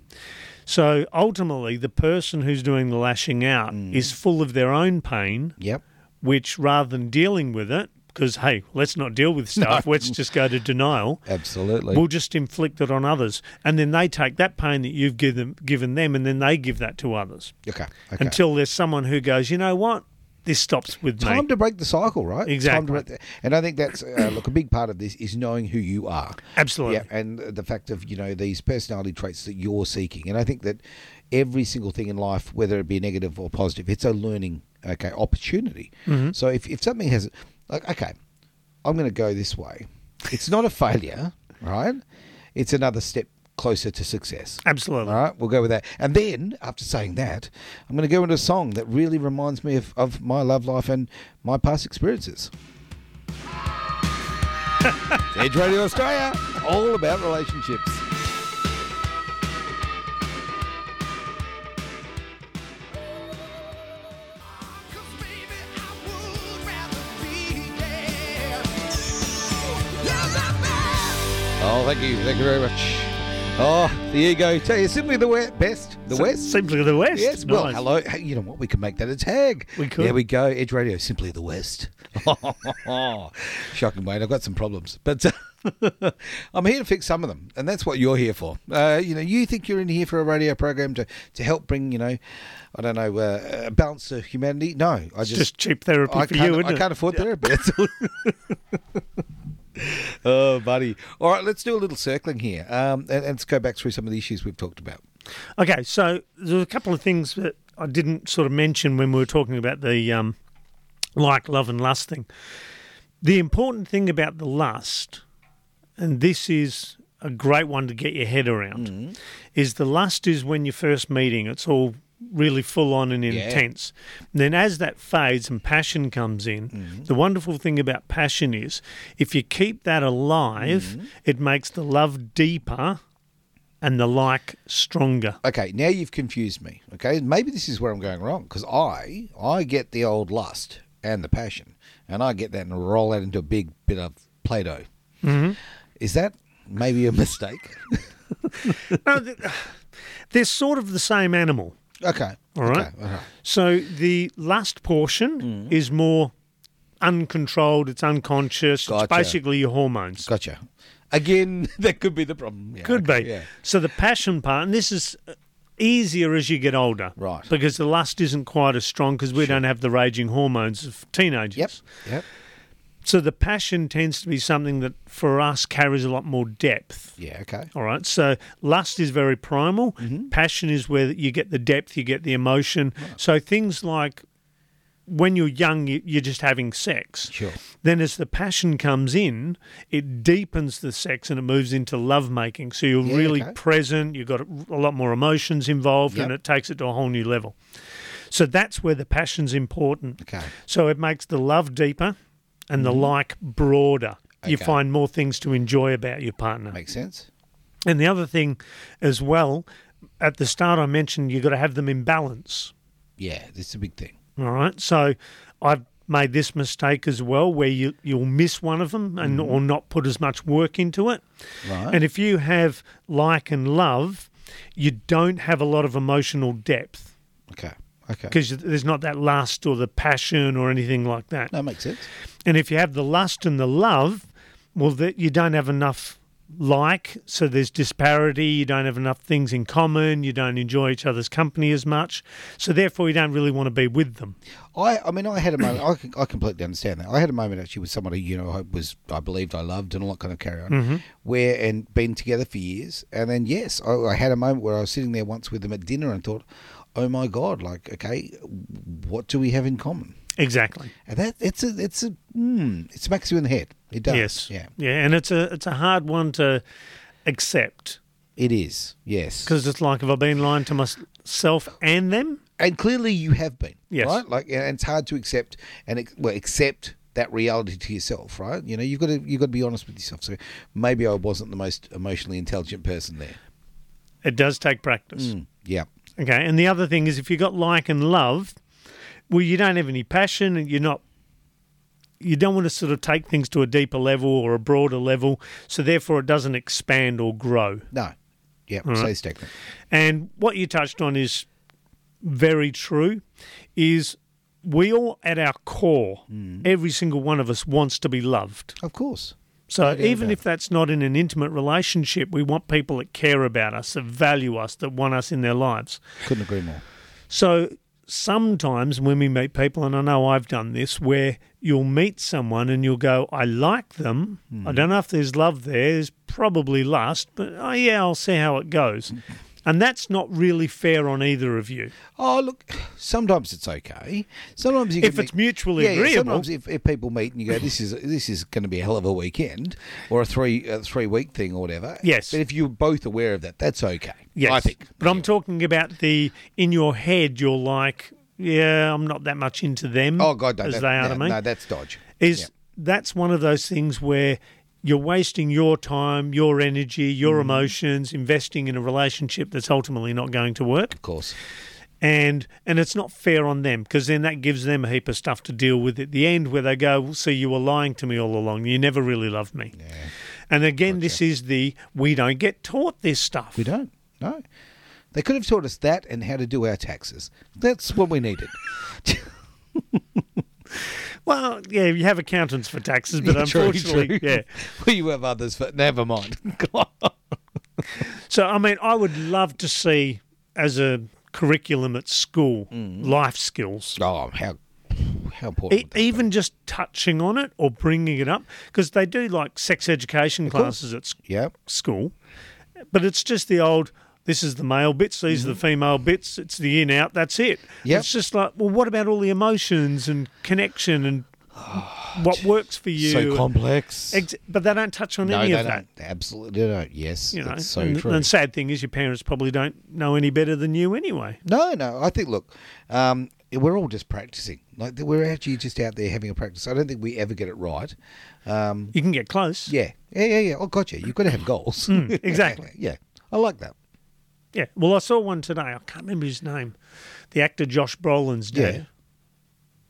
C: So ultimately, the person who's doing the lashing out is full of their own pain,
B: Yep.
C: which rather than dealing with it, because, hey, let's not deal with stuff, let's just go to denial
B: Absolutely.
C: we'll just inflict it on others. And then they take that pain that you've given, given them and then they give that to others
B: okay. Okay.
C: until there's someone who goes, you know what? This stops with me.
B: Time to break the cycle, right? Time to
C: Exactly.
B: break the- and I think that's uh, look a big part of this is knowing who you are.
C: Absolutely.
B: Yeah, and the fact of you know these personality traits that you're seeking, and I think that every single thing in life, whether it be negative or positive, it's a learning okay opportunity.
C: Mm-hmm.
B: So if if something has like okay, I'm going to go this way. It's not a failure, right? It's another step closer to success.
C: Absolutely.
B: All right, we'll go with that. And then, after saying that, I'm going to go into a song that really reminds me of, of my love life and my past experiences. Edge Radio Australia, all about relationships.
A: Cause baby, I would rather be there. Love my
B: Oh, thank you. Thank you very much. Oh, the ego. Tell you, simply the we- best. The
C: So-
B: West.
C: Simply the West.
B: Yes, well,
C: Nice.
B: hello. Hey, you know what? We can make that a tag.
C: We could.
B: There we go. Edge Radio, simply the West. Shocking, mate. I've got some problems, but uh, I'm here to fix some of them, and that's what you're here for. Uh, you know, you think you're in here for a radio program to, to help bring, you know, I don't know, uh, a balance to humanity. No, I
C: It's
B: just,
C: just cheap therapy
B: I
C: for
B: can't,
C: you,
B: I
C: isn't it?
B: can't afford therapy. That's all. oh, buddy. All right, let's do a little circling here, um, and, and let's go back through some of the issues we've talked about.
C: Okay, so there's a couple of things that I didn't sort of mention when we were talking about the um, like, love, and lust thing. The important thing about the lust, and this is a great one to get your head around, is the lust is when you're first meeting. It's all really full on and intense. Then, as that fades and passion comes in, the wonderful thing about passion is if you keep that alive, it makes the love deeper and the like stronger.
B: okay now you've confused me okay maybe this is where i'm going wrong because i i get the old lust and the passion and i get that and roll that into a big bit of play-doh
C: Mm-hmm.
B: is that maybe a mistake
C: no, th- they're sort of the same animal.
B: okay
C: All
B: okay,
C: right.
B: uh-huh. Mm. all right.
C: So the last portion is more uncontrolled. It's unconscious.
B: Gotcha.
C: It's basically your hormones.
B: gotcha again that could be the problem Yeah,
C: Could
B: okay,
C: be.
B: yeah
C: So the passion part, and this is uh, easier as you get older,
B: Right.
C: Because the lust isn't quite as strong because we don't have the raging hormones of teenagers.
B: yep yep
C: So the passion tends to be something that for us carries a lot more depth.
B: yeah okay
C: All right. So lust is very primal.
B: Mm-hmm.
C: Passion is where you get the depth, you get the emotion. So things like when you're young, you- you're just having sex.
B: Sure.
C: Then as the passion comes in, it deepens the sex and it moves into lovemaking. So you're
B: Yeah,
C: really
B: okay.
C: present. You've got a lot more emotions involved, and
B: Yep.
C: it takes it to a whole new level. So that's where the passion's important.
B: Okay. Mm-hmm.
C: So it makes the love deeper and the like broader. You
B: Okay.
C: find more things to enjoy about your partner.
B: makes sense
C: And the other thing as well at the start I mentioned you've got to have them in balance.
B: Yeah, this is a big thing.
C: All right. So I've made this mistake as well where you, you'll miss one of them and or not put as much work into it.
B: Right.
C: And if you have like and love, you don't have a lot of emotional depth
B: Okay. Okay.
C: because there's not that lust or the passion or anything like that.
B: That makes sense.
C: And if you have the lust and the love, well, that you don't have enough like, so there's disparity. You don't have enough things in common. You don't enjoy each other's company as much. So therefore, you don't really want to be with them.
B: I, I mean, I had a moment. I, can- I completely understand that. I had a moment actually with somebody you know I was I believed I loved and all that kind of carry on,
C: Mm-hmm.
B: where and been together for years, and then yes, I, I had a moment where I was sitting there once with them at dinner and thought, oh my god, like okay, what do we have in common?
C: Exactly.
B: And that it's a it's a mm, it smacks you in the head. It does.
C: Yes.
B: Yeah.
C: Yeah, and it's a it's a hard one to accept
B: It is. Yes.
C: because it's like have I been lying to myself and them?
B: and clearly you have been
C: Yes.
B: right like and it's hard to accept and ex- well, accept that reality to yourself right you know you've got to you've got to be honest with yourself so maybe i wasn't the most emotionally intelligent person there
C: It does take practice.
B: yeah
C: Okay, and the other thing is if you got like and love, well, you don't have any passion, and you're not. You don't want to sort of take things to a deeper level or a broader level, so therefore it doesn't expand or grow.
B: no yeah stay stagnant
C: And what you touched on is very true is we all at our core, every single one of us wants to be loved.
B: of course
C: So
B: doubt
C: even
B: that.
C: if that's not in an intimate relationship, we want people that care about us, that value us, that want us in their lives.
B: couldn't agree more
C: So sometimes when we meet people, and I know I've done this, where you'll meet someone and you'll go, I like them.
B: Hmm.
C: I don't know if there's love there. There's probably lust, but oh, yeah, I'll see how it goes. And that's not really fair on either of you.
B: Oh look, sometimes it's okay. Sometimes you can
C: If it's mutually
B: yeah, yeah,
C: agreeable.
B: sometimes if, if people meet and you go, this is this is going to be a hell of a weekend or a three a three week thing or whatever.
C: Yes.
B: but if you're both aware of that, that's okay.
C: Yes.
B: I think.
C: But I'm talking about the in your head, you're like, yeah, I'm not that much into them
B: Oh god, no,
C: as
B: that-
C: they are
B: no,
C: to me.
B: no, that's dodge.
C: is
B: Yeah.
C: that's one of those things where you're wasting your time, your energy, your
B: Mm-hmm.
C: emotions, investing in a relationship that's ultimately not going to work,
B: of course.
C: and and it's not fair on them because then that gives them a heap of stuff to deal with at the end, where they go, well, "See, you were lying to me all along. You never really loved me." And again, this is the we don't get taught this stuff.
B: We don't. No. They could have taught us that and how to do our taxes. That's what we needed.
C: Well, yeah, you have accountants for taxes, but
B: Yeah, true,
C: unfortunately,
B: true.
C: yeah.
B: Well, you have others, but never mind.
C: So, I mean, I would love to see as a curriculum at school life skills.
B: oh, how how
C: E-
B: important. Mm. that-
C: even just touching on it or bringing it up, because they do like sex education classes at s-
B: yeah.
C: school, but it's just the old. This is the male bits. These are the female bits. It's the in out. That's it.
B: Mm-hmm. Yep.
C: It's just like, well, what about all the emotions and connection and what works for you?
B: so complex.
C: Ex- but they don't touch on
B: no,
C: any
B: they
C: of that.
B: don't. Absolutely don't. Yes,
C: You know,
B: that's so
C: and,
B: true.
C: and the sad thing is, your parents probably don't know any better than you anyway.
B: No, no. I think look, um, we're all just practicing. Like th- we're actually just out there having a practice. I don't think we ever get it right. Um,
C: You can get close.
B: yeah, yeah, yeah, yeah. Oh, gotcha. You've got to have goals.
C: Mm, exactly.
B: yeah, I like that.
C: Yeah. Well, I saw one today. I can't remember his name. The actor Josh Brolin's dad.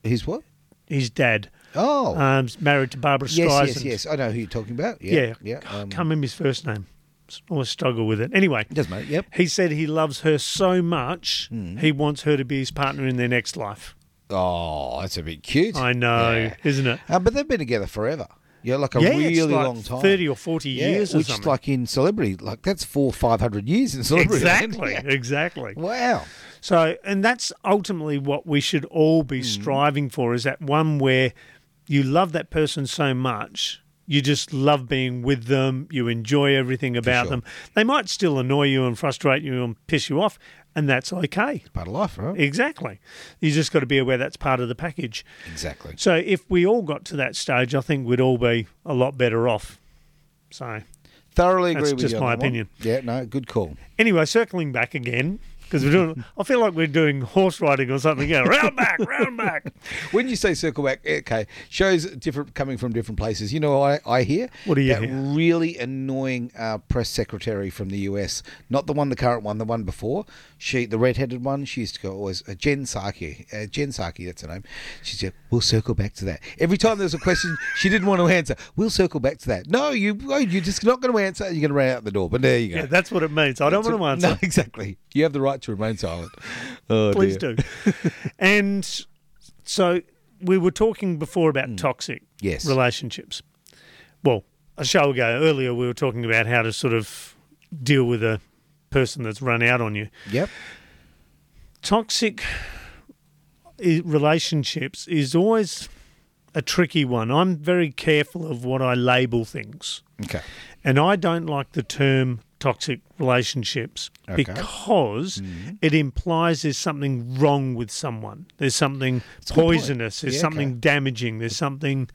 B: He's what?
C: His dad.
B: Oh,
C: Um, is married to Barbara Streisand.
B: yes, yes, yes. I know who you're talking about.
C: Yeah.
B: Yeah, yeah.
C: I
B: um,
C: can't remember his first name. S- Always struggle with it. Anyway,
B: doesn't Hmm. matter. Yep.
C: he said he loves her so much, he wants her to be his partner in their next life.
B: Oh, that's a bit cute.
C: I know,
B: Yeah.
C: isn't it?
B: Uh, but they've been together forever. Yeah, like a
C: yeah,
B: really
C: it's like
B: long time.
C: 30 or 40
B: yeah,
C: years
B: which
C: or something.
B: like in celebrity, like that's four, five hundred years in celebrity. land.
C: exactly, exactly.
B: Yeah. Wow.
C: So, and that's ultimately what we should all be striving for is that one where you love that person so much, you just love being with them, you enjoy everything about
B: sure.
C: them. They might still annoy you and frustrate you and piss you off, and that's okay.
B: Part of life, right?
C: Exactly. You just got to be aware that's part of the package.
B: Exactly.
C: So, if we all got to that stage, I think we'd all be a lot better off. So,
B: Thoroughly agree
C: That's
B: with
C: just
B: you. on
C: my
B: that one.
C: opinion.
B: Yeah, no, good call.
C: anyway, circling back again because we're doing. I feel like we're doing horse riding or something. Yeah, round back, round back.
B: When you say circle back, eh, okay, shows different coming from different places. You know, what I I hear
C: What do you
B: that
C: hear?
B: really annoying uh, press secretary from the US, not the one, the current one, the one before. She, the red-headed one, she used to go always uh, Jen Psaki, uh, Jen Psaki, that's her name. She said, "We'll circle back to that." Every time there was a question she didn't want to answer, we'll circle back to that. No, you, oh, you're just not going to answer. You're going to run out the door. But there you go.
C: Yeah, that's what it means. I don't want to answer.
B: No, exactly. You have the right to remain silent. Oh,
C: Please
B: dear.
C: do. and so we were talking before about toxic
B: Yes.
C: relationships. Well, a show ago earlier we were talking about how to sort of deal with a person that's run out on you.
B: Yep.
C: Toxic i- relationships is always a tricky one. I'm very careful of what I label things.
B: Okay.
C: And I don't like the term toxic relationships
B: Okay. Mm.
C: because it implies there's something wrong with someone. There's something
B: a good point.
C: poisonous. There's
B: Yeah,
C: something
B: okay.
C: damaging. There's something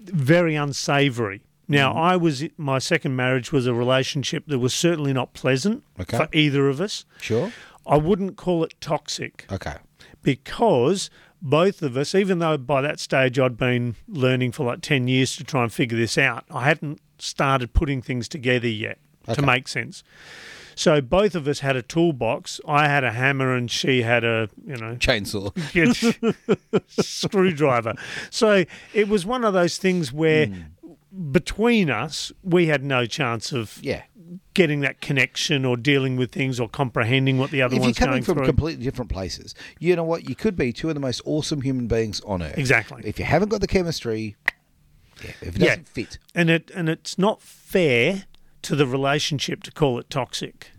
C: very unsavory. Now,
B: Mm.
C: I was my second marriage was a relationship that was certainly not pleasant
B: Okay.
C: for either of us.
B: Sure.
C: I wouldn't call it toxic
B: Okay.
C: because both of us, even though by that stage I'd been learning for like 10 years to try and figure this out, I hadn't started putting things together yet
B: Okay.
C: to make sense. So both of us had a toolbox. I had a hammer and she had a, you know,
B: Chainsaw.
C: screwdriver. So it was one of those things where between us, we had no chance of
B: Hmm. Yeah.
C: getting that connection or dealing with things or comprehending what the other
B: if you're
C: one's
B: coming
C: going
B: from
C: through.
B: completely different places, you know what? You could be two of the most awesome human beings on earth.
C: Exactly.
B: If you haven't got the chemistry, yeah, if it
C: Yeah.
B: doesn't fit,
C: and it and it's not fair to the relationship to call it toxic.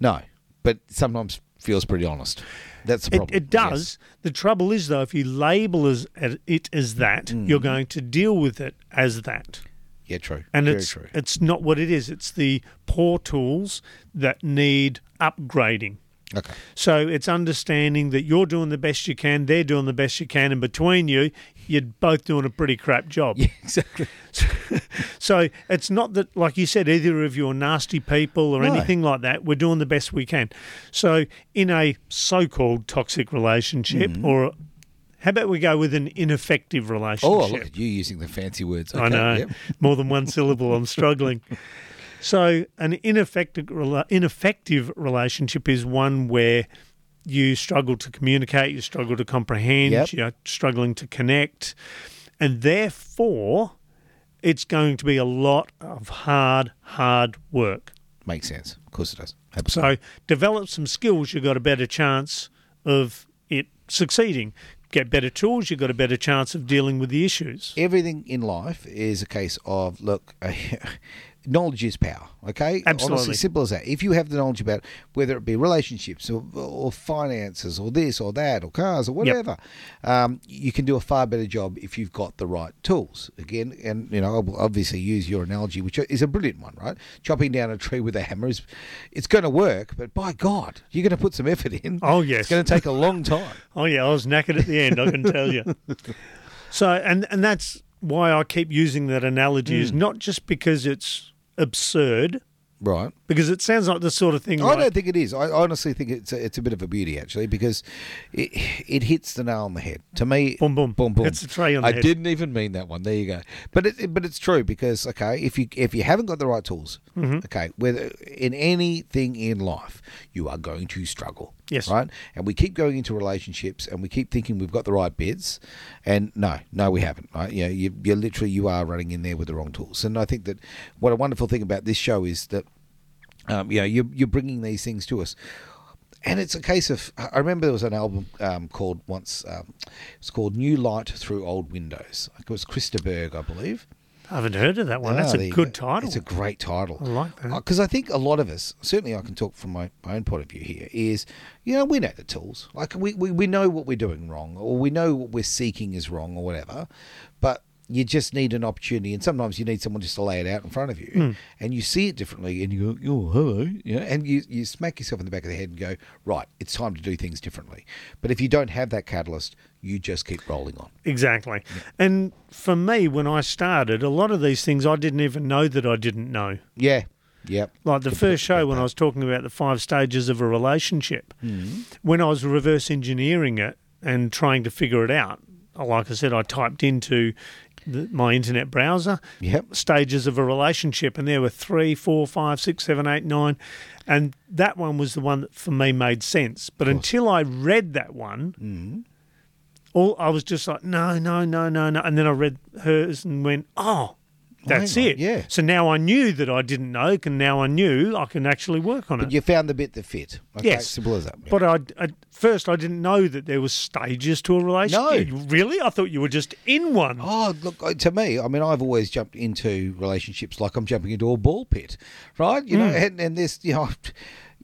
B: no. But sometimes feels pretty honest. That's the
C: It,
B: problem.
C: it does. The trouble is though, if you label as, at it as that,
B: Mm.
C: you're going to deal with it as that,
B: Yes. Yeah, true.
C: and
B: Very
C: it's
B: true.
C: it's not what it is. It's the poor tools that need upgrading.
B: Okay.
C: So it's understanding that you're doing the best you can, they're doing the best you can, and between you, you're both doing a pretty crap job.
B: Yeah, exactly.
C: So it's not that, like you said, either of you are nasty people or
B: No.
C: anything like that. We're doing the best we can. So in a so-called toxic relationship,
B: Hmm.
C: or how about we go with an ineffective
B: Oh,
C: relationship?
B: look at you using the fancy words.
C: I
B: Okay,
C: know
B: yep.
C: more than one syllable. I'm struggling. So an ineffective rela- ineffective relationship is one where you struggle to communicate, you struggle to comprehend,
B: Yep.
C: you're struggling to connect, and therefore it's going to be a lot of hard, hard work.
B: Makes sense. Of course it does.
C: So develop some skills, you've got a better chance of it succeeding. Get better tools, you've got a better chance of dealing with the issues.
B: everything in life is a case of look knowledge is power okay
C: Absolutely.
B: Honestly, simple as that if you have the knowledge about whether it be relationships or, or finances or this or that or cars or whatever um, you can do a far better job if you've got the right tools again and you know i will obviously use your analogy which is a brilliant one right chopping down a tree with a hammer is it's going to work but by god you're going to put some effort in
C: Oh,
B: it's
C: yes.
B: going to take a long time
C: Oh yeah, I was knackered at the end. I can tell you. So, and and that's why I keep using that analogy is not just because it's absurd,
B: right
C: because it sounds like the sort of thing.
B: I
C: like-
B: don't think it is. I honestly think it's a, it's a bit of a beauty actually because it it hits the nail on the head. To me,
C: Boom, boom.
B: boom, boom.
C: Hits the tray on the
B: I
C: head.
B: didn't even mean that one. There you go. But it, it- but it's true because okay, if you if you haven't got the right tools, okay, whether in anything in life, you are going to struggle.
C: Yes.
B: Right. And we keep going into relationships and we keep thinking we've got the right bits, and no, no, we haven't. Right. You know, you, you're literally you are running in there with the wrong tools. And I think that what a wonderful thing about this show is that um, you know, you're, you're bringing these things to us. And it's a case of, I I remember there was an album um, called once, um, it's called New Light Through Old Windows. It was Christa Berg, I believe.
C: I haven't heard of that one. Oh, that's
B: Ah, there
C: a
B: you
C: good
B: go.
C: title.
B: It's a great title. I
C: like that.
B: Because I think a lot of us, certainly I can talk from my, my own point of view here, is, you know, we know the tools. Like, we, we, we know what we're doing wrong, or we know what we're seeking is wrong, or whatever. But you just need an opportunity. And sometimes you need someone just to lay it out in front of you.
C: Hmm.
B: And you see it differently, and you go, oh, hello. You know, and you, you smack yourself in the back of the head and go, right, it's time to do things differently. But if you don't have that catalyst, you just keep rolling on.
C: exactly. And for me, when I started, a lot of these things I didn't even know that I didn't know.
B: Yeah. Yep.
C: Like the first show when I was talking about the five stages of a relationship,
B: Mm-hmm.
C: when I was reverse engineering it and trying to figure it out, like I said, I typed into the, my internet browser
B: Yep.
C: stages of a relationship, and there were three, four, five, six, seven, eight, nine, and that one was the one that for me made sense. But until I read that one,
B: Mm-hmm.
C: all I was just like, no, no, no, no, no, and then I read hers and went, oh. That's
B: hang on,
C: it.
B: yeah.
C: So now I knew that I didn't know, and now I knew I can actually work on it.
B: You found the bit that fit. Okay,
C: Yes.
B: Simple as that.
C: But I, I first I didn't know that there was stages to a relationship.
B: No.
C: really, I thought you were just in one.
B: Oh, look, uh, to me, I mean, I've always jumped into relationships like I'm jumping into a ball pit, right? You
C: Hmm.
B: know, and, and this, you know,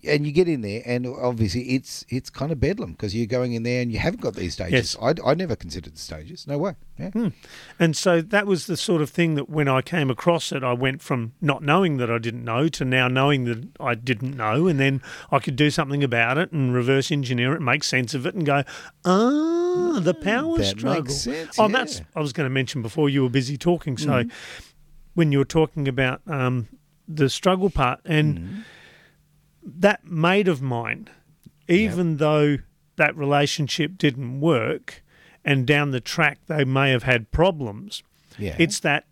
B: and you get in there, and obviously it's it's kind of bedlam because you're going in there and you haven't got these stages. I, I never considered the stages. No way. Yeah.
C: Hmm. And so that was the sort of thing that when I came across it, I went from not knowing that I didn't know to now knowing that I didn't know, and then I could do something about it and reverse engineer it, make sense of it, and go, ah, the power
B: Mm, that
C: struggle.
B: makes sense,
C: oh,
B: yeah. Mm-hmm.
C: that's I was going to mention before you were busy talking. So when you were talking about um, the struggle part
B: Mm-hmm.
C: and that mate of mine, even though that relationship didn't work and down the track they may have had problems,
B: Yeah.
C: it's that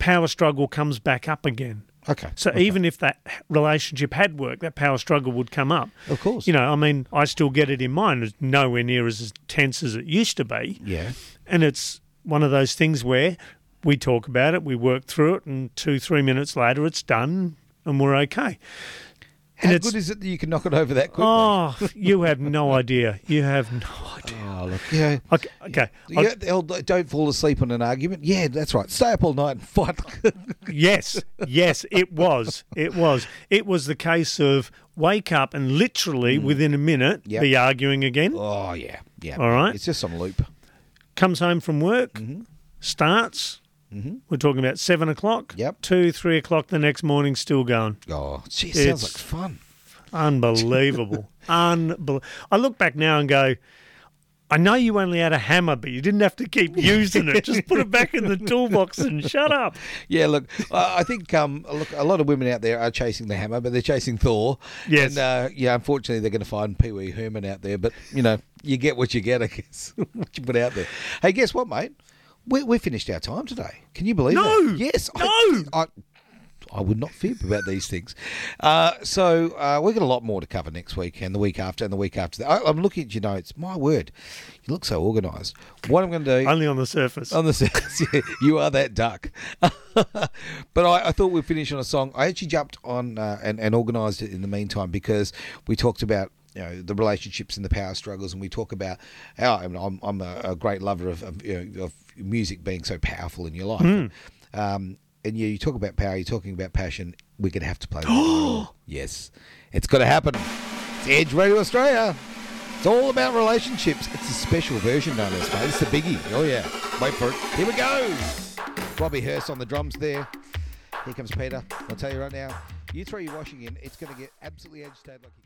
C: power struggle comes back up again.
B: Okay.
C: So even if that relationship had worked, that power struggle would come up.
B: Of course.
C: You know, I mean, I still get it in mind. It's nowhere near as, as tense as it used to be.
B: Yeah.
C: And it's one of those things where we talk about it, we work through it, and two, three minutes later, it's done and we're okay.
B: How
C: it's-
B: good is it that you can knock it over that quickly?
C: Oh, you have no idea. You have no idea.
B: Oh, look. Yeah.
C: Okay. okay. I-
B: Yeah, they'll- don't fall asleep on an argument. Yeah, that's right. Stay up all night and fight.
C: yes. Yes, it was. It was. It was the case of wake up and literally within a minute
B: Mm. Yep.
C: be arguing again.
B: oh, yeah. Yeah.
C: All right.
B: It's just some loop.
C: Comes home from work,
B: Mm-hmm.
C: starts. We're talking about seven o'clock.
B: Yep.
C: Two, three o'clock the next morning, still going.
B: Oh, gee, sounds like
C: It's-
B: fun.
C: Unbelievable. Unbel- I look back now and go, I know you only had a hammer, but you didn't have to keep using it. Just put it back in the toolbox and shut up.
B: Yeah, look, I I think um, look, a lot of women out there are chasing the hammer, but they're chasing Thor.
C: Yes.
B: And, uh, yeah, unfortunately, they're going to find Pee Wee Herman out there, but, you know, you get what you get, I guess, what you put out there. Hey, guess what, mate? We, we finished our time today. Can you believe
C: No!
B: that? Yes.
C: No!
B: I, I, I would not fib about these things. Uh, so uh, we've got a lot more to cover next week and the week after and the week after that. I, I'm looking at your notes. My word, you look so organised. What I'm going to do
C: Only on the surface.
B: on the surface. yeah, you are that duck. but I, I thought we'd finish on a song. I actually jumped on uh, and, and organised it in the meantime because we talked about. You know the relationships and the power struggles, and we talk about how I mean, I'm, I'm a, a great lover of of, you know, of music being so powerful in your life. Um, and yeah, you talk about power, you're talking about passion. We're gonna have to play. that. yes, it's gonna happen. It's Edge Radio Australia. It's all about relationships. It's a special version known as, mate. It's the biggie. Oh, yeah. Wait for it. Here we go. Robbie Hurst on the drums there. Here comes Peter. I'll tell you right now, you throw your washing in, it's going to get absolutely agitated like you